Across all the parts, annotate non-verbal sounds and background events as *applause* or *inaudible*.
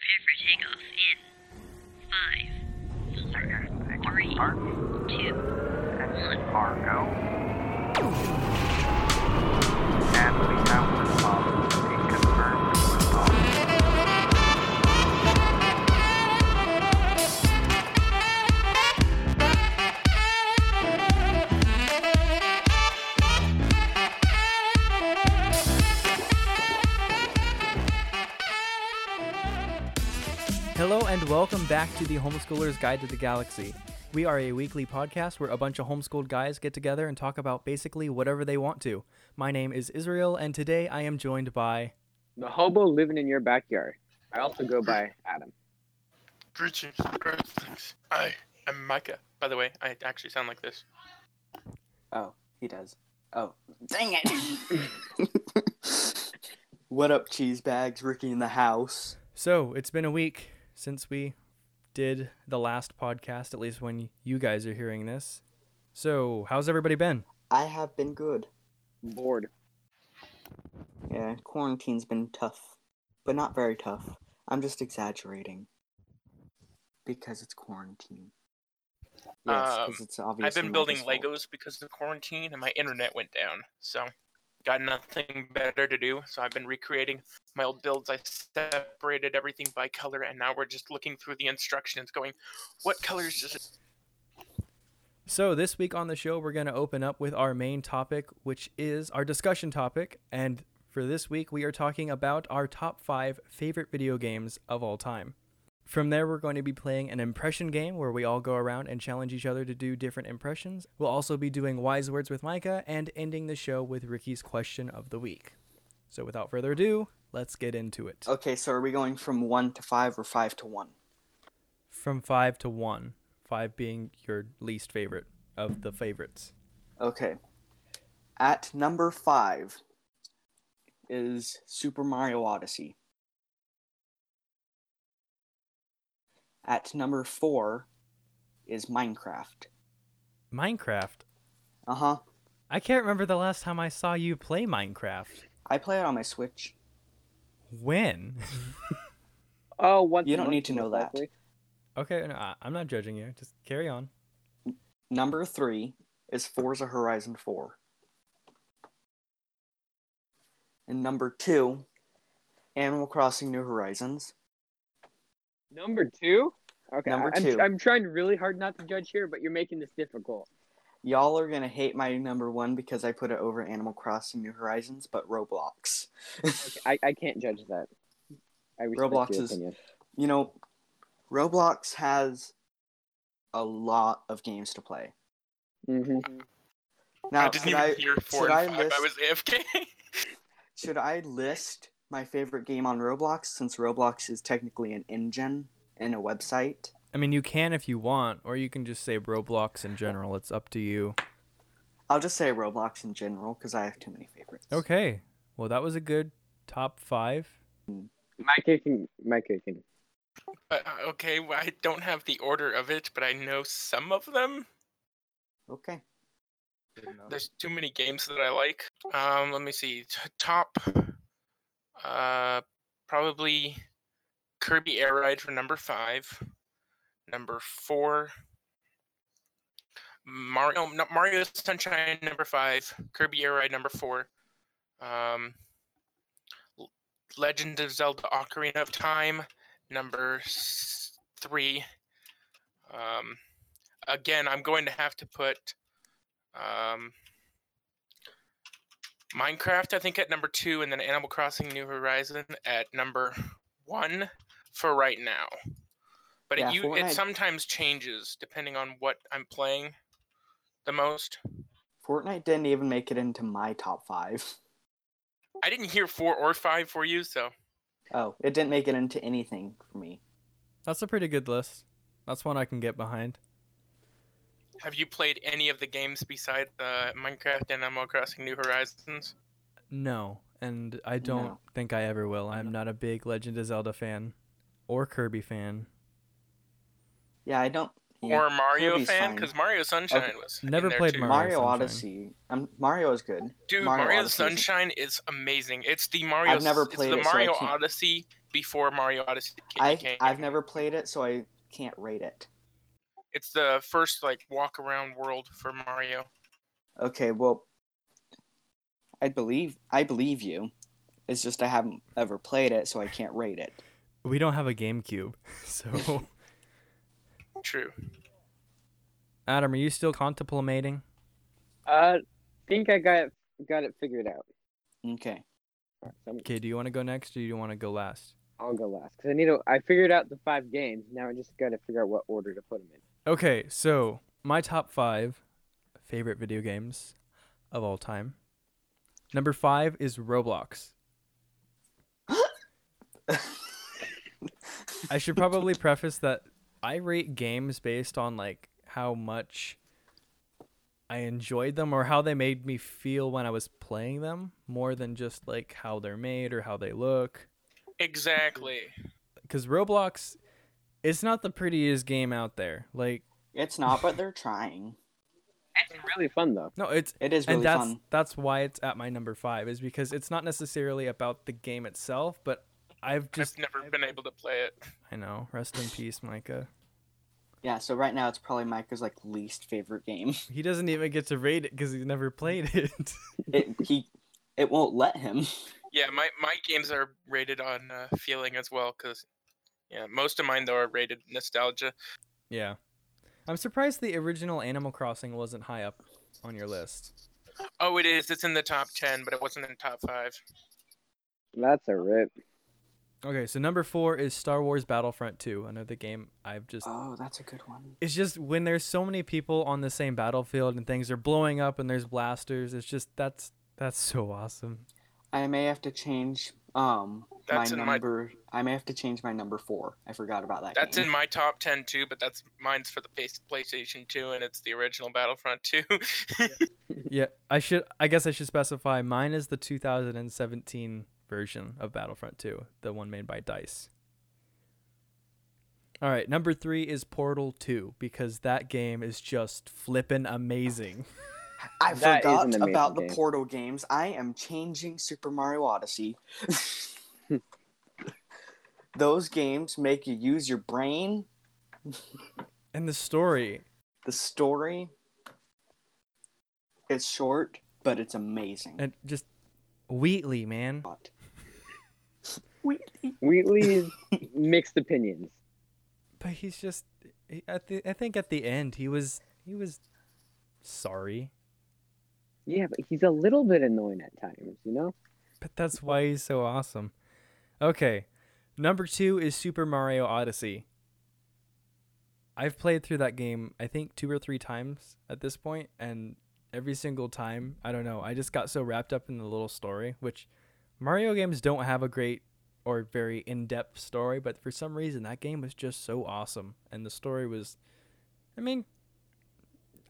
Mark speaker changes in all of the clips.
Speaker 1: takeoff in five, four, three, two, one.
Speaker 2: Argo. And we have the bomb. We confirmed the bomb.
Speaker 3: Hello and welcome back to the Homeschooler's Guide to the Galaxy. We are a weekly podcast where a bunch of homeschooled guys get together and talk about basically whatever they want to. My name is Israel, and today I am joined by.
Speaker 4: The hobo living in your backyard. I also go by Adam.
Speaker 5: Greetings, greetings. I am Micah. By the way, I actually sound like this.
Speaker 6: Oh, he does. Oh, dang it! *laughs* what up, cheese bags? Ricky in the house.
Speaker 3: So, it's been a week since we did the last podcast, at least when you guys are hearing this. So, how's everybody been?
Speaker 6: I have been good.
Speaker 4: Bored.
Speaker 6: Yeah, quarantine's been tough, but not very tough. I'm just exaggerating because it's quarantine. Yes,
Speaker 5: Um,
Speaker 6: because it's obviously.
Speaker 5: I've been
Speaker 6: not
Speaker 5: building
Speaker 6: his fault.
Speaker 5: Legos because of quarantine and my internet went down. So, got nothing better to do. So, I've been recreating my old builds. I separated everything by color and now we're just looking through the instructions going, what colors does it.
Speaker 3: So, this week on the show, we're going to open up with our main topic, which is our discussion topic. And for this week, we are talking about our top five favorite video games of all time. From there, we're going to be playing an impression game where we all go around and challenge each other to do different impressions. We'll also be doing wise words with Micah and ending the show with Ricky's question of the week. So, without further ado, let's get into it.
Speaker 6: Okay, so are we going from one to five or five to one?
Speaker 3: From five to one, five being your least favorite of the favorites.
Speaker 6: Okay. At number five is Super Mario Odyssey. At number four is Minecraft.
Speaker 3: Minecraft.
Speaker 6: Uh huh.
Speaker 3: I can't remember the last time I saw you play Minecraft.
Speaker 6: I play it on my Switch.
Speaker 3: When? *laughs*
Speaker 4: Oh, once
Speaker 6: You
Speaker 4: a
Speaker 6: don't
Speaker 4: month,
Speaker 6: need to know
Speaker 4: most
Speaker 6: that.
Speaker 4: likely.
Speaker 3: okay, no, I, I'm not judging you. Just carry on.
Speaker 6: Number three is Forza Horizon 4. And number two, Animal Crossing New Horizons.
Speaker 4: Number two? Okay.
Speaker 6: Number
Speaker 4: I'm,
Speaker 6: two.
Speaker 4: I'm trying really hard not to judge here, but you're making this difficult.
Speaker 6: Y'all are gonna hate my number one because I put it over Animal Crossing New Horizons, but Roblox.
Speaker 4: I, I can't judge that. I respect
Speaker 6: Roblox
Speaker 4: your
Speaker 6: is-
Speaker 4: opinion.
Speaker 6: You know, Roblox has a lot of games to play.
Speaker 4: hmm
Speaker 6: Now,
Speaker 5: I didn't
Speaker 6: should
Speaker 5: even
Speaker 6: I,
Speaker 5: hear four
Speaker 6: should
Speaker 5: and
Speaker 6: I
Speaker 5: five. I
Speaker 6: list-
Speaker 5: was *laughs* AFK.
Speaker 6: should I list my favorite game on Roblox since Roblox is technically an engine and a website?
Speaker 3: I mean, you can if you want, or you can just say Roblox in general. It's up to you.
Speaker 6: I'll just say Roblox in general because I have too many favorites.
Speaker 3: Okay. Well, that was a good top five.
Speaker 4: My kicking. My kicking.
Speaker 5: Uh, okay, well, I don't have the order of it, but I know some of them.
Speaker 6: Okay.
Speaker 5: There's too many games that I like. Um, let me see. T- top, uh, probably Kirby Air Ride for number five. Number four, Mario no, Mario Sunshine number five. Kirby Air Ride number four. Um, L- Legend of Zelda: Ocarina of Time number s- three. Um, again, I'm going to have to put um, Minecraft, I think, at number two, and then Animal Crossing New Horizon at number one for right now. But
Speaker 6: Yeah,
Speaker 5: it, you,
Speaker 6: Fortnite-
Speaker 5: it sometimes changes depending on what I'm playing the most.
Speaker 6: Fortnite didn't even make it into my top five. *laughs*
Speaker 5: I didn't hear four or five for you, so
Speaker 6: Oh, it didn't make it into anything for me.
Speaker 3: That's a pretty good list. That's one I can get behind.
Speaker 5: have you played any of the games besides uh, Minecraft and Animal Crossing New Horizons?
Speaker 3: No, and I don't
Speaker 6: No.
Speaker 3: think I ever will. I'm not a big Legend of Zelda fan or Kirby fan.
Speaker 6: Yeah, I don't
Speaker 5: or a Mario
Speaker 6: be
Speaker 5: fan
Speaker 6: fine.
Speaker 5: because Mario Sunshine
Speaker 6: Okay.
Speaker 5: was
Speaker 3: Never
Speaker 5: in there
Speaker 3: played
Speaker 5: too.
Speaker 3: Mario
Speaker 6: Mario
Speaker 3: Sunshine.
Speaker 6: Odyssey. Um, Mario is good.
Speaker 5: Dude,
Speaker 6: Mario
Speaker 5: Mario,
Speaker 6: Odyssey is-
Speaker 5: Sunshine is amazing. It's the Mario.
Speaker 6: I've never played
Speaker 5: it's the
Speaker 6: it, so I
Speaker 5: Mario
Speaker 6: can't-
Speaker 5: Odyssey before Mario Odyssey came.
Speaker 6: I
Speaker 5: came.
Speaker 6: I've never played it, so I can't rate it.
Speaker 5: It's the first like walk around world for Mario.
Speaker 6: Okay, well, I believe I believe you. It's just I haven't ever played it, so I can't rate it.
Speaker 3: We don't have a GameCube, *laughs* so
Speaker 5: True.
Speaker 3: Adam, are you still contemplating?
Speaker 4: Uh, think I got it, got it figured out.
Speaker 6: Okay.
Speaker 4: So I'm-
Speaker 3: Okay, do you want to go next or do you want to go last?
Speaker 4: I'll go last because I need to. I figured out the five games. Now I just got to figure out what order to put them in.
Speaker 3: Okay, so my top five favorite video games of all time. Number five is Roblox. I should probably preface that I rate games based on like how much I enjoyed them or how they made me feel when I was playing them more than just like how they're made or how they look.
Speaker 5: Exactly.
Speaker 3: Because Roblox, it's not the prettiest game out there. Like,
Speaker 6: It's not, but they're trying.
Speaker 4: It's really fun though.
Speaker 3: no, it's
Speaker 6: It *laughs* is really
Speaker 3: and that's
Speaker 6: fun.
Speaker 3: that's why it's at my number five is because it's not necessarily about the game itself, but I've just
Speaker 5: I've never been able to play it.
Speaker 3: I know. Rest in peace, Micah.
Speaker 6: Yeah, so right now it's probably Micah's like least favorite game. *laughs*
Speaker 3: He doesn't even get to rate it because he's never played it. *laughs*
Speaker 6: It he it won't let him.
Speaker 5: Yeah, my my games are rated on uh, feeling as well because yeah, most of mine though are rated nostalgia.
Speaker 3: yeah, I'm surprised the original Animal Crossing wasn't high up on your list.
Speaker 5: Oh, it is. It's in the top ten, but it wasn't in the top five.
Speaker 4: That's a rip.
Speaker 3: Okay, so number four is Star Wars Battlefront 2, another game I've just
Speaker 6: Oh, that's a good one.
Speaker 3: it's just when there's so many people on the same battlefield and things are blowing up and there's blasters, it's just that's that's so awesome.
Speaker 6: I may have to change um
Speaker 5: That's
Speaker 6: my
Speaker 5: in my-
Speaker 6: number. I may have to change my number four. I forgot about that.
Speaker 5: That's
Speaker 6: game.
Speaker 4: Mm.
Speaker 5: in my top ten too, but that's mine's for the PS- PlayStation Two, and it's the original Battlefront Two. *laughs*
Speaker 3: Yeah, I should. I guess I should specify. Mine is the 2017 version of Battlefront 2, the one made by Dice. All right, number three is Portal 2 because that game is just flippin' amazing.
Speaker 4: That
Speaker 6: I
Speaker 4: is
Speaker 6: forgot
Speaker 4: an amazing
Speaker 6: about the
Speaker 4: game.
Speaker 6: Portal games. I am changing Super
Speaker 4: *laughs*
Speaker 6: Mario Odyssey. Those games make you use your brain,
Speaker 3: And the story,
Speaker 6: the story. It's short, but it's amazing.
Speaker 3: and just Wheatley, man.
Speaker 6: But- *laughs*
Speaker 4: Wheatley's mixed opinions.
Speaker 3: But he's just. he- At the, I think at the end he was he was sorry,
Speaker 4: Yeah, but he's a little bit annoying at times, you know.
Speaker 3: but that's why he's so awesome. Okay, number two is Super Mario Odyssey. I've played through that game I think two or three times at this point, and every single time, I don't know, I just got so wrapped up in the little story, which Mario games don't have a great or very in-depth story, but for some reason that game was just so awesome, and the story was, I mean,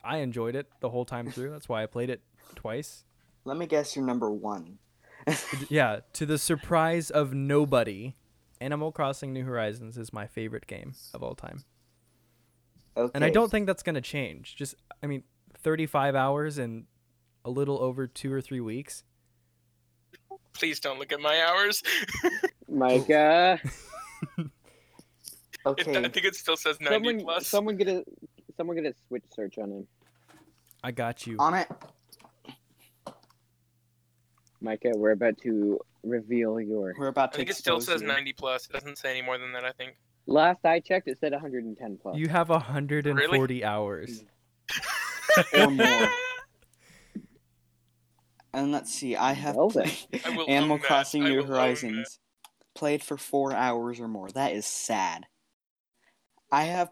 Speaker 3: I enjoyed it the whole time through. That's why I played it twice.
Speaker 6: Let me guess your number one.
Speaker 3: Yeah, to the surprise of nobody, Animal Crossing New Horizons is my favorite game of all time.
Speaker 6: Okay.
Speaker 3: And I don't think that's going to change. Just, I mean, 35 hours and a little over two or three weeks.
Speaker 5: Please don't look at my hours. *laughs*
Speaker 4: Micah,
Speaker 5: It,
Speaker 6: Okay.
Speaker 5: I think it still says *laughs* ninety
Speaker 4: someone,
Speaker 5: plus.
Speaker 4: someone get a, someone get a switch search on him.
Speaker 3: I got you.
Speaker 6: On it.
Speaker 4: Micah, we're about to reveal your.
Speaker 6: We're about
Speaker 5: I
Speaker 6: to.
Speaker 5: think it still
Speaker 6: expose
Speaker 5: says
Speaker 6: you.
Speaker 5: ninety plus. It doesn't say any more than that. I think.
Speaker 4: Last I checked, it said 110 plus.
Speaker 3: You have 140 hours.
Speaker 6: or more. And let's see, I have
Speaker 4: Well then.
Speaker 6: played
Speaker 5: I will
Speaker 6: *laughs* Animal
Speaker 5: own that.
Speaker 6: Crossing
Speaker 5: I
Speaker 6: New
Speaker 5: will own that.
Speaker 6: Horizons. Played for four hours or more. That is sad. I have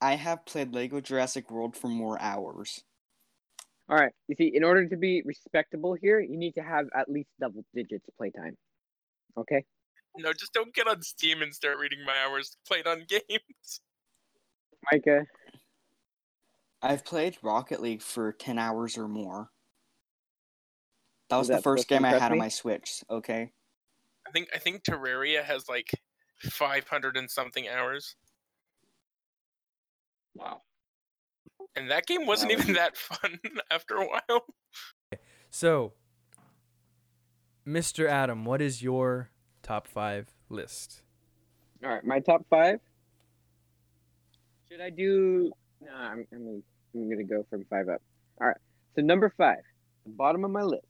Speaker 6: I have played Lego Jurassic World for more hours.
Speaker 4: All right. You see, in order to be respectable here, you need to have at least double digits playtime. Okay.
Speaker 5: *laughs* No, just don't get on Steam and start reading my hours played on *laughs* games.
Speaker 4: Micah,
Speaker 6: I've played Rocket League for ten hours or more. That
Speaker 4: Does
Speaker 6: was the
Speaker 4: that
Speaker 6: first
Speaker 4: still
Speaker 6: game I had
Speaker 4: impress
Speaker 6: on
Speaker 4: me?
Speaker 6: my Switch, okay?
Speaker 5: I think I think Terraria has like five hundred and something hours.
Speaker 4: Wow.
Speaker 5: And that game wasn't even *laughs* that fun after a while.
Speaker 3: So, Mr. Adam, what is your top five list?
Speaker 4: All right, my top five. Should I do? No, I'm, I'm, gonna- I'm gonna go from five up. All right, so number five, the bottom of my list,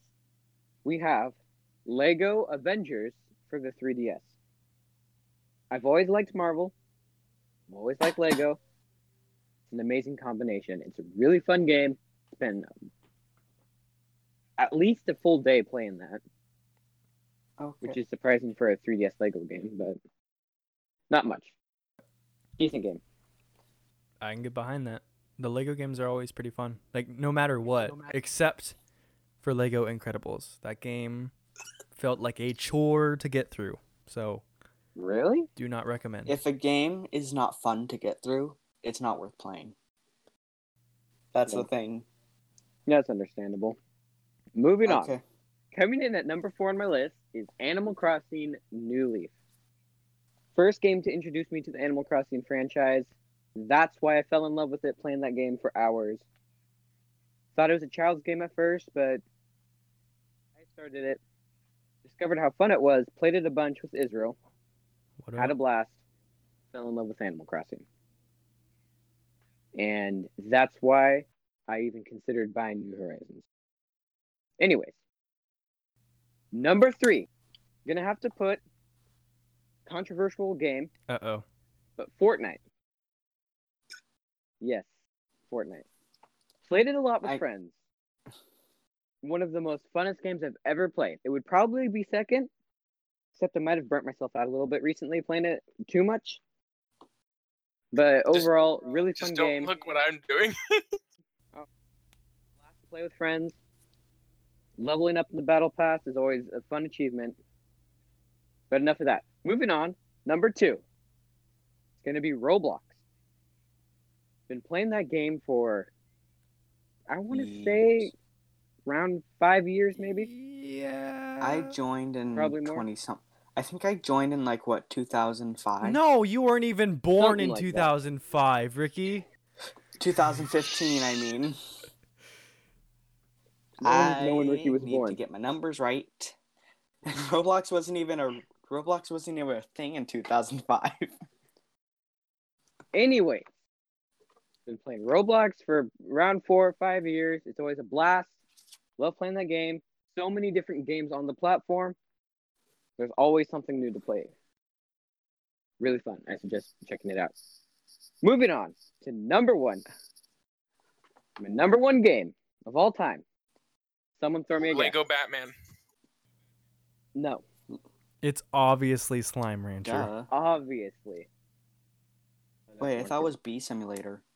Speaker 4: we have Lego Avengers for the 3DS. I've always liked Marvel. I've always liked Lego. It's an amazing combination. It's a really fun game. It's been um, at least a full day playing that
Speaker 6: Okay.
Speaker 4: which is surprising for a 3DS Lego game, but not much. Decent game.
Speaker 3: I can get behind that. The Lego games are always pretty fun. Like no matter what, except for Lego Incredibles. That game felt like a chore to get through. So,
Speaker 4: Really?
Speaker 3: do not recommend.
Speaker 6: If a game is not fun to get through, it's not worth playing. That's the thing.
Speaker 4: That's understandable. Moving on.
Speaker 6: Okay.
Speaker 4: Coming in at number four on my list is Animal Crossing New Leaf. First game to introduce me to the Animal Crossing franchise. That's why I fell in love with it playing that game for hours. Thought it was a child's game at first, but I started it, discovered how fun it was, played it a bunch with Israel,
Speaker 3: What do I-
Speaker 4: had a blast, fell in love with Animal Crossing. And that's why I even considered buying New Horizons. Anyways, number three, gonna have to put controversial game,
Speaker 3: Uh-oh.
Speaker 4: but Fortnite. Yes, Fortnite. Played it a lot with
Speaker 6: I-
Speaker 4: friends. One of the most funnest games I've ever played. It would probably be second, except I might have burnt myself out a little bit recently playing it too much. But
Speaker 5: Just-
Speaker 4: overall, really fun
Speaker 5: Just don't
Speaker 4: game.
Speaker 5: look what I'm doing.
Speaker 4: Blast to play with friends. Leveling up in the battle pass is always a fun achievement. But enough of that. Moving on, number two. It's gonna be Roblox. Been playing that game for I wanna
Speaker 6: Years.
Speaker 4: say around five years maybe.
Speaker 3: Yeah.
Speaker 6: I joined in
Speaker 4: Uh, Probably more.
Speaker 6: 20 something. I think I joined in like what 2005.
Speaker 3: No, you weren't even born
Speaker 4: Something
Speaker 3: in
Speaker 4: like that.
Speaker 3: 2005, Ricky.
Speaker 6: 2015, I mean.
Speaker 4: No one, no one
Speaker 6: I
Speaker 4: Ricky was
Speaker 6: need
Speaker 4: born.
Speaker 6: to get my numbers right. *laughs* Roblox wasn't even a Roblox wasn't even a thing in
Speaker 4: *laughs*
Speaker 6: 2005.
Speaker 4: Anyway, been playing Roblox for around four or five years. It's always a blast. Love playing that game. So many different games on the platform. There's always something new to play. Really fun. I suggest checking it out. Moving on to number one. My number one game of all time. Someone throw me a game.
Speaker 5: Lego Batman.
Speaker 4: No,
Speaker 3: It's obviously Slime Rancher.
Speaker 6: Duh.
Speaker 4: obviously.
Speaker 6: Wait, I thought it was B Simulator. *laughs*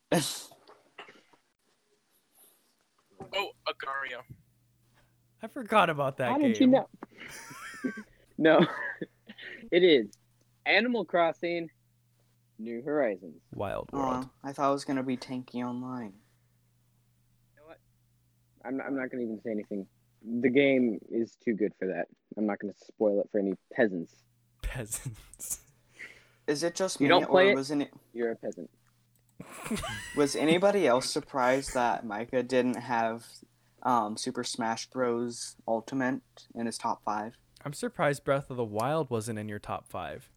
Speaker 5: Oh, Agario.
Speaker 3: I forgot about that
Speaker 4: How
Speaker 3: game.
Speaker 4: did you know? *laughs* no, *laughs* it is Animal Crossing New Horizons.
Speaker 3: Wild World. *laughs*
Speaker 6: Aw, I thought it was gonna be Tanky Online.
Speaker 4: I'm not, I'm not going to even say anything. The game is too good for that. I'm not going to spoil it for any peasants.
Speaker 3: Peasants.
Speaker 6: Is it just
Speaker 4: You
Speaker 6: me
Speaker 4: don't play
Speaker 6: or
Speaker 4: it?
Speaker 6: was it
Speaker 4: You're a peasant.
Speaker 6: was anybody else surprised that Micah didn't have um, Super Smash Bros. Ultimate in his top five?
Speaker 3: I'm surprised Breath of the Wild wasn't in your top five.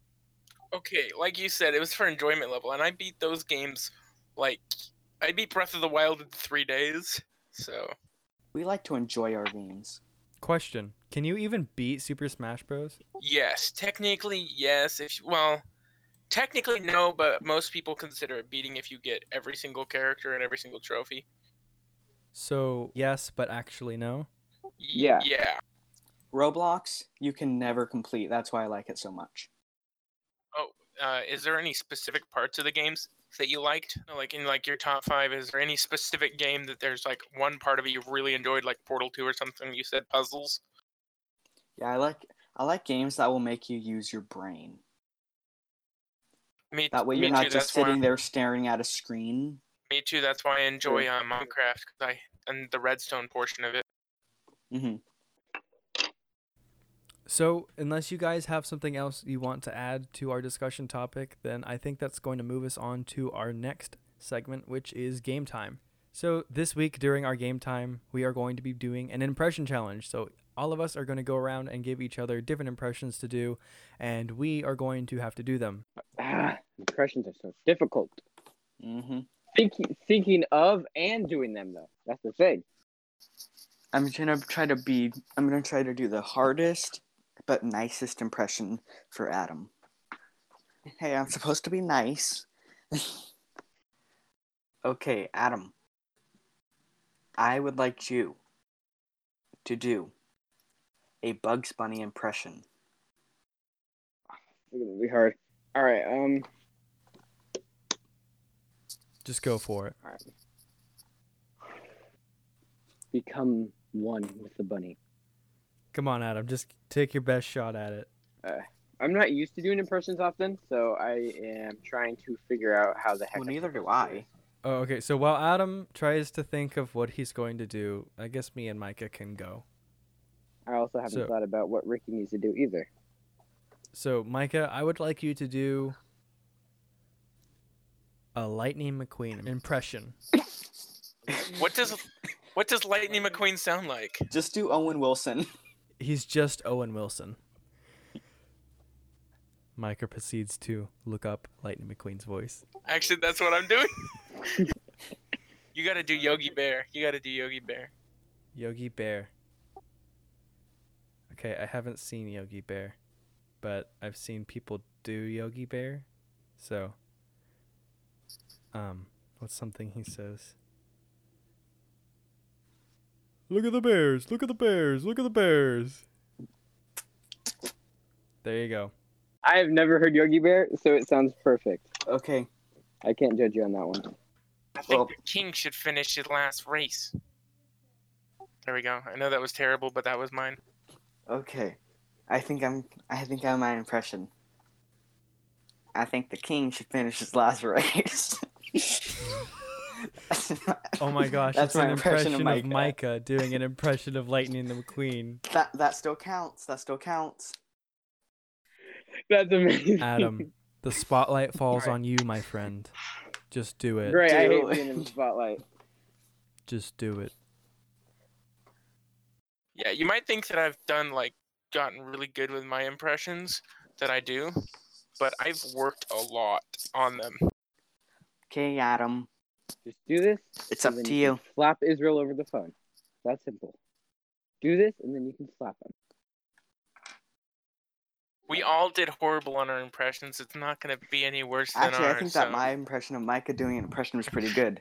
Speaker 5: Okay, like you said, it was for enjoyment level, and I beat those games like I beat Breath of the Wild in three days. So
Speaker 6: We like to enjoy our games.
Speaker 3: Question: Can you even beat Super Smash Bros?
Speaker 5: yes, technically yes. If you- well, technically no, but most people consider it beating if you get every single character and every single trophy.
Speaker 3: So yes, but actually no.
Speaker 5: Y-
Speaker 4: Yeah.
Speaker 5: Yeah.
Speaker 6: Roblox, you can never complete. That's why I like it so much.
Speaker 5: Uh, is there any specific parts of the games that you liked? Like in like your top five, is there any specific game that there's like one part of it you really enjoyed, like Portal Two or something? You said puzzles.
Speaker 6: Yeah, I like I like games that will make you use your brain.
Speaker 5: Me,
Speaker 6: That way
Speaker 5: me
Speaker 6: you're not
Speaker 5: too,
Speaker 6: just
Speaker 5: that's why-
Speaker 6: sitting there staring at a screen.
Speaker 5: Me too. That's why I enjoy uh, Minecraft 'cause I and the redstone portion of it.
Speaker 6: hmm
Speaker 3: So unless you guys have something else you want to add to our discussion topic, then I think that's going to move us on to our next segment, which is game time. So this week during our game time, we are going to be doing an impression challenge. So all of us are going to go around and give each other different impressions to do, and we are going to have to do them.
Speaker 4: Ah, impressions are so difficult.
Speaker 6: Mm-hmm.
Speaker 4: Thinking, thinking of and doing them though. That's the thing.
Speaker 6: I'm gonna try to be. I'm gonna try to do the hardest but nicest impression for Adam. Hey, I'm supposed to be nice. *laughs* okay, Adam. I would like you to do a Bugs Bunny impression.
Speaker 4: It's gonna be hard. All right. Um.
Speaker 3: Just go for it.
Speaker 4: Become one with the bunny.
Speaker 3: Come on, Adam. Just take your best shot at it.
Speaker 4: I'm not used to doing impressions often, so I am trying to figure out how the heck.
Speaker 6: Well,
Speaker 4: I'm
Speaker 6: neither do
Speaker 4: supposed to do
Speaker 6: I.
Speaker 4: this.
Speaker 3: Oh, okay. So while Adam tries to think of what he's going to do, I guess me and Micah can go.
Speaker 4: I also haven't
Speaker 3: So-
Speaker 4: thought about what Ricky needs to do either.
Speaker 3: So, Micah, I would like you to do a Lightning McQueen impression.
Speaker 5: What
Speaker 6: *laughs*
Speaker 5: does what does Lightning McQueen sound like?
Speaker 6: Just do Owen Wilson. *laughs*
Speaker 3: He's just Owen Wilson. Micah proceeds to look up Lightning McQueen's voice.
Speaker 5: Actually, that's what I'm doing.
Speaker 6: *laughs*
Speaker 5: you gotta do Yogi Bear. You gotta do Yogi Bear.
Speaker 3: Yogi Bear. Okay, I haven't seen Yogi Bear, but I've seen people do Yogi Bear. So, um, what's something he says? Look at the bears! Look at the bears! Look at the bears! There you go.
Speaker 4: I have never heard Yogi Bear, so it sounds perfect.
Speaker 6: Okay.
Speaker 4: I can't judge you on that one.
Speaker 5: I think
Speaker 6: Well-
Speaker 5: the king should finish his last race. There we go. I know that was terrible, but that was mine.
Speaker 6: Okay. I think I'm I think I'm my impression. I think the king should finish his last race.
Speaker 3: Oh my gosh, that's
Speaker 6: That's
Speaker 3: an
Speaker 6: my
Speaker 3: impression,
Speaker 6: impression of
Speaker 3: of, Micah.
Speaker 6: Micah.
Speaker 3: doing an impression of Lightning McQueen.
Speaker 6: That that still counts. That still counts.
Speaker 4: *laughs* That's amazing.
Speaker 3: Adam, the spotlight falls
Speaker 5: Right.
Speaker 3: on you, my friend. Just do it.
Speaker 4: *laughs* Great. I hate
Speaker 6: Dude.
Speaker 4: being in
Speaker 3: *laughs*
Speaker 4: the spotlight.
Speaker 3: Just do it.
Speaker 5: Yeah, you might think that I've done like gotten really good with my impressions that I do, but I've worked a lot on them.
Speaker 6: Okay, Adam.
Speaker 4: Just do this.
Speaker 6: It's
Speaker 4: and
Speaker 6: up
Speaker 4: then
Speaker 6: to you.
Speaker 4: can Slap Israel over the phone. That's simple. Do this, and then you can slap him.
Speaker 5: We all did horrible on our impressions. It's not gonna be any worse than
Speaker 6: Actually,
Speaker 5: ours.
Speaker 6: I think that
Speaker 5: so-
Speaker 6: my impression of Micah doing an impression was pretty good.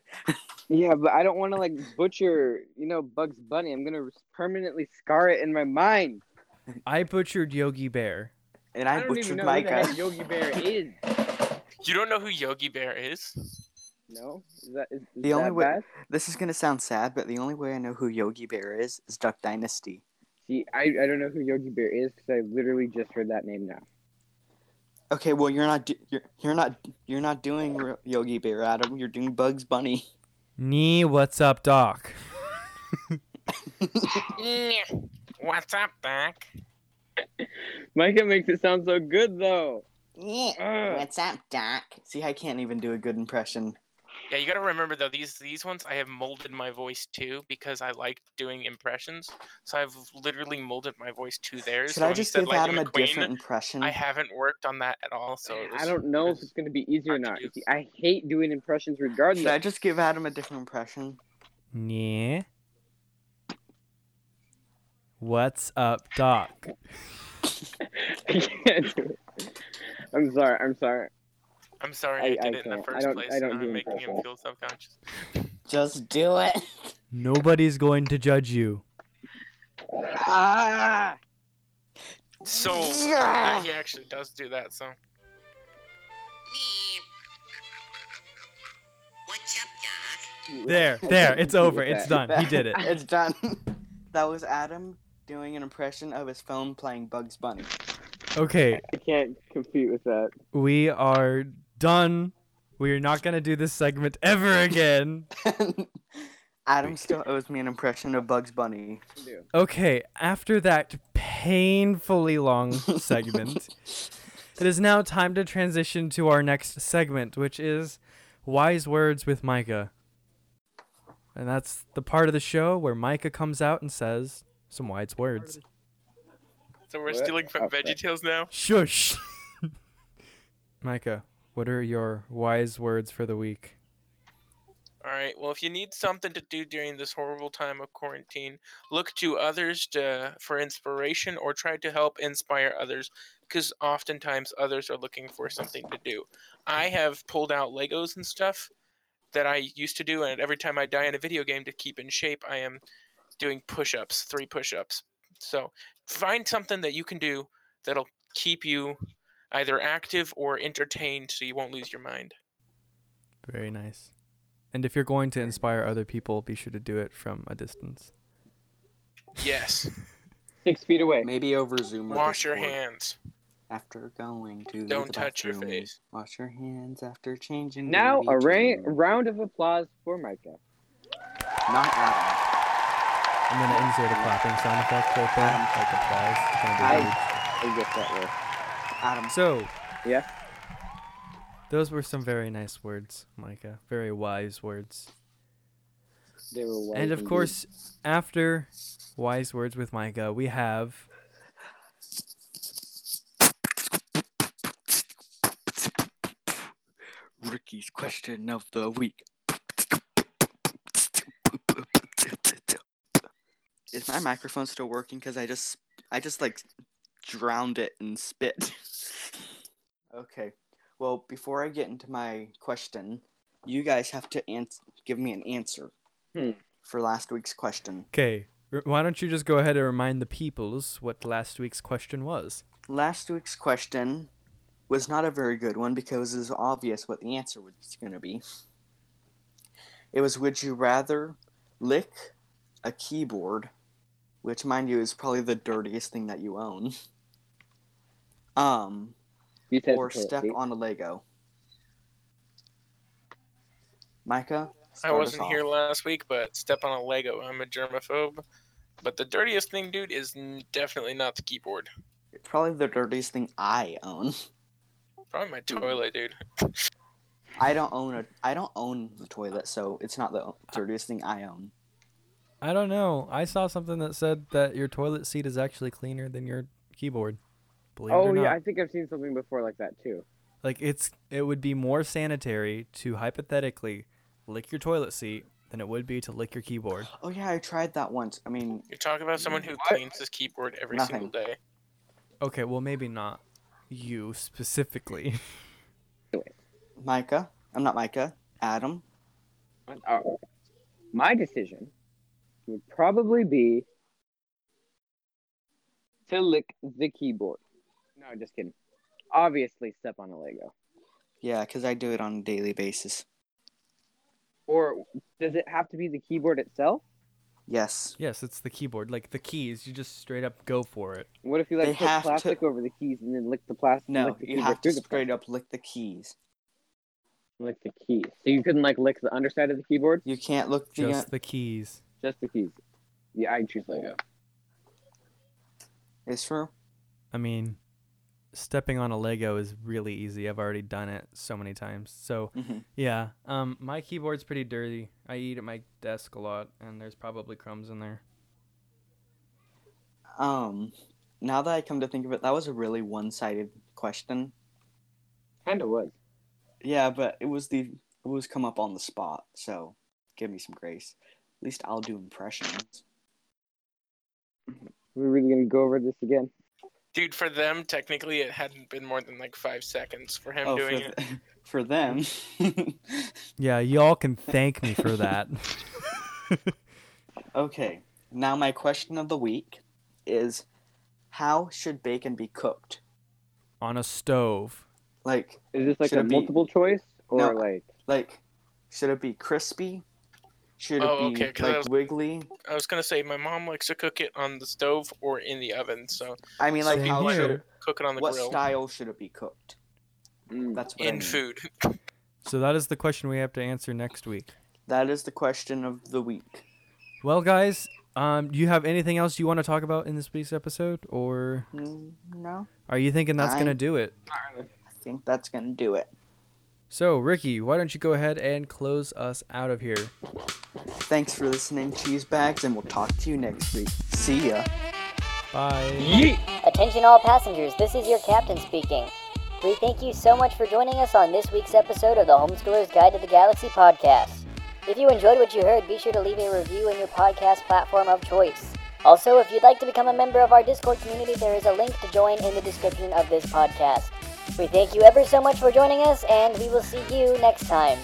Speaker 4: Yeah, but I don't want to like butcher, you know, Bugs Bunny. I'm gonna permanently scar it in my mind.
Speaker 3: I butchered Yogi Bear.
Speaker 6: And I,
Speaker 4: don't even
Speaker 6: butchered
Speaker 4: know
Speaker 6: Micah.
Speaker 4: who the heck Yogi Bear is.
Speaker 5: You don't know who Yogi Bear is?
Speaker 4: No, is that is, is
Speaker 6: The only
Speaker 4: that
Speaker 6: way-
Speaker 4: bad?
Speaker 6: This is gonna sound sad, but the only way I know who Yogi Bear is is Duck Dynasty.
Speaker 4: See, I, I don't know who Yogi Bear is because I literally just heard that name now.
Speaker 6: Okay, well you're not do- you're you're not you're not doing Ro- Yogi Bear, Adam. You're doing Bugs Bunny. *laughs*
Speaker 3: Nee, what's up, Doc?
Speaker 5: Yeah. What's up, Doc?
Speaker 4: Micah makes it sound so good though.
Speaker 6: Yeah.
Speaker 4: Ugh.
Speaker 6: What's up, Doc? See, I can't even do a good impression.
Speaker 5: Yeah, you gotta remember though these these ones I have molded my voice to because I like doing impressions. So I've literally molded my voice to theirs.
Speaker 6: Should
Speaker 5: so
Speaker 6: I
Speaker 5: when you
Speaker 6: just
Speaker 5: said
Speaker 6: give
Speaker 5: Lightning
Speaker 6: Adam a
Speaker 5: McQueen,
Speaker 6: different impression?
Speaker 5: I haven't worked on that at all, so it was,
Speaker 4: I don't know if it's gonna be easy or
Speaker 5: hard to
Speaker 4: not.
Speaker 5: do.
Speaker 4: See, I hate doing impressions regardless.
Speaker 6: Should I just give Adam a different impression?
Speaker 3: Nee. What's up, Doc?
Speaker 4: *laughs* I can't do it. I'm sorry. I'm sorry.
Speaker 5: I'm sorry
Speaker 4: I-
Speaker 5: I,
Speaker 4: I
Speaker 5: did it in the
Speaker 4: can't. I
Speaker 5: first
Speaker 4: don't-
Speaker 5: place.
Speaker 4: I don't
Speaker 5: now
Speaker 4: do
Speaker 5: I'm making him
Speaker 4: impressions.
Speaker 5: feel self-conscious.
Speaker 6: Just do it.
Speaker 3: Nobody's going to judge you.
Speaker 4: Ah!
Speaker 5: So yeah, he actually does do that. So
Speaker 1: What's up, Doc?
Speaker 4: *laughs*
Speaker 3: There, there, it's over, it's done. He did it.
Speaker 6: *laughs* it's done. that was Adam doing an impression of his phone playing Bugs Bunny.
Speaker 3: Okay,
Speaker 4: I can't compete with that.
Speaker 3: we are done. We are not going to do this segment ever again.
Speaker 6: Adam still owes me an impression of Bugs Bunny.
Speaker 3: Okay, after that painfully long segment, it is now time to transition to our next segment, which is Wise Words with Micah. And that's the part of the show where Micah comes out and says some wise words.
Speaker 5: So we're
Speaker 4: What?
Speaker 5: stealing from
Speaker 4: Okay.
Speaker 5: VeggieTales now.
Speaker 3: Shush! *laughs* Micah, what are your wise words for the week?
Speaker 5: All right. Well, if you need something to do during this horrible time of quarantine, look to others to, for inspiration or try to help inspire others because oftentimes others are looking for something to do. I have pulled out Legos and stuff that I used to do, and every time I die in a video game to keep in shape, I am doing push ups, three push ups. So find something that you can do that'll keep you either active or entertained so you won't lose your mind.
Speaker 3: Very nice. And if you're going to inspire other people, be sure to do it from a distance.
Speaker 5: Yes.
Speaker 4: Six feet away.
Speaker 6: Maybe over Zoom. or
Speaker 5: Wash your
Speaker 6: Discord
Speaker 5: hands.
Speaker 6: after going to.
Speaker 5: Don't
Speaker 6: the
Speaker 5: touch your
Speaker 6: bathroom.
Speaker 5: face.
Speaker 6: Wash your hands after changing.
Speaker 4: Now a ra-
Speaker 6: baby too.
Speaker 4: round of applause for Micah.
Speaker 6: Not Adam.
Speaker 3: I'm going to insert a clapping sound effect right there, like applause. It's gonna be
Speaker 6: I-
Speaker 3: huge.
Speaker 4: I guess that works.
Speaker 6: Adam.
Speaker 3: So.
Speaker 4: Yeah?
Speaker 3: Those were some very nice words, Micah. Very wise words.
Speaker 4: They were wise
Speaker 3: and of
Speaker 4: indeed.
Speaker 3: course, after wise words with Micah, we have.
Speaker 6: Ricky's question of the week. Is my microphone still working? Cause I just, I just like drowned it and spit. *laughs* okay. Well, before I get into my question, you guys have to ans- give me an answer
Speaker 4: Hmm.
Speaker 6: for last week's question.
Speaker 3: Okay, why don't you just go ahead and remind the peoples what last week's question was?
Speaker 6: Last week's question was not a very good one because it was obvious what the answer was going to be. It was Would you rather lick a keyboard, which, mind you, is probably the dirtiest thing that you own, *laughs* um,
Speaker 4: you said
Speaker 6: or
Speaker 4: the toilet
Speaker 6: step
Speaker 4: seat.
Speaker 6: on a Lego? Micah?
Speaker 5: I
Speaker 6: start us
Speaker 5: wasn't
Speaker 6: off.
Speaker 5: here last week, but step on a Lego. I'm a germaphobe. But the dirtiest thing, dude, is n- definitely not the keyboard.
Speaker 6: It's probably the dirtiest thing I own. *laughs*
Speaker 5: Probably my
Speaker 6: Hmm.
Speaker 5: toilet, dude.
Speaker 6: I don't own a. I don't own the toilet, so it's not the dirtiest thing I own.
Speaker 3: I don't know. I saw something that said that your toilet seat is actually cleaner than your keyboard. Believe it
Speaker 4: Oh
Speaker 3: or
Speaker 4: yeah,
Speaker 3: not.
Speaker 4: I think I've seen something before like that too.
Speaker 3: Like it's it would be more sanitary to hypothetically lick your toilet seat than it would be to lick your keyboard.
Speaker 6: Oh yeah, I tried that once. I mean,
Speaker 5: You're talking about someone who cleans his keyboard every
Speaker 6: Nothing.
Speaker 5: single day.
Speaker 3: *gasps* Okay, well maybe not you specifically. *laughs*
Speaker 6: Micah. I'm not Micah. Adam.
Speaker 4: Oh. My decision would probably be to lick the keyboard. No, just kidding. Obviously, step on a Lego.
Speaker 6: Yeah, because I do it on a daily basis.
Speaker 4: Or does it have to be the keyboard itself?
Speaker 6: Yes.
Speaker 3: yes, it's the keyboard, like the keys. You just straight up go for it.
Speaker 4: What if you
Speaker 6: They
Speaker 4: like put
Speaker 6: have to-
Speaker 4: plastic over the keys and then lick the plastic? and
Speaker 6: No,
Speaker 4: lick the
Speaker 6: you
Speaker 4: keyboard
Speaker 6: have
Speaker 4: through
Speaker 6: to
Speaker 4: the
Speaker 6: straight up lick the keys.
Speaker 4: Lick the keys. So you couldn't like lick the underside of the keyboard,
Speaker 6: You can't look the.
Speaker 3: Just the keys.
Speaker 4: just the keys. Yeah, I choose Lego.
Speaker 6: it's true.
Speaker 3: I mean, stepping on a Lego is really easy. I've already done it so many times. So
Speaker 6: Mhm.
Speaker 4: Mm-hmm.
Speaker 3: yeah, um, my keyboard's pretty dirty. I eat at my desk a lot, and there's probably crumbs in there.
Speaker 6: Um, now that I come to think of it, that was a really one-sided question.
Speaker 4: Kind of was.
Speaker 6: Yeah, but it was the it was come up on the spot, so give me some grace. At least I'll do impressions.
Speaker 4: We're really gonna go over this again.
Speaker 5: Dude, for them, technically, it hadn't been more than like five seconds for him
Speaker 6: oh,
Speaker 5: doing
Speaker 6: for,
Speaker 5: it.
Speaker 6: th- *laughs* for them. *laughs*
Speaker 3: Yeah, y'all can thank me for that.
Speaker 6: Okay, now my question of the week is how should bacon be cooked?
Speaker 3: *laughs* on a stove.
Speaker 6: Like,
Speaker 4: Is this like
Speaker 6: Should
Speaker 4: a
Speaker 6: it be-
Speaker 4: multiple choice or
Speaker 6: No.
Speaker 4: like?
Speaker 6: like, should it be crispy? Should it
Speaker 5: Oh,
Speaker 6: be
Speaker 5: okay, 'cause I
Speaker 6: like
Speaker 5: was-
Speaker 6: wiggly?
Speaker 5: I was going to say, my mom likes to cook it on the stove or in the oven, so
Speaker 6: I mean, like,
Speaker 3: Same
Speaker 6: how
Speaker 3: here.
Speaker 6: should,
Speaker 5: cook it on the
Speaker 6: what
Speaker 5: grill.
Speaker 6: style should it be cooked?
Speaker 4: Mm.
Speaker 6: That's what I
Speaker 5: In
Speaker 6: mean.
Speaker 5: food.
Speaker 3: So that is the question we have to answer next week.
Speaker 6: That is the question of the week.
Speaker 3: Well, guys, um, do you have anything else you want to talk about in this week's episode, or
Speaker 6: Mm, No,
Speaker 3: are you thinking that's
Speaker 6: I-
Speaker 3: gonna do it?
Speaker 6: I think that's gonna do it.
Speaker 3: So, Ricky, why don't you go ahead and close us out of here?
Speaker 6: Thanks for listening, cheese bags, and we'll talk to you next week. See ya.
Speaker 3: Bye.
Speaker 7: Attention all passengers, this is your captain speaking. We thank you so much for joining us on this week's episode of the Homeschooler's Guide to the Galaxy podcast. If you enjoyed what you heard, be sure to leave a review in your podcast platform of choice. Also, if you'd like to become a member of our Discord community, there is a link to join in the description of this podcast. We thank you ever so much for joining us, and we will see you next time.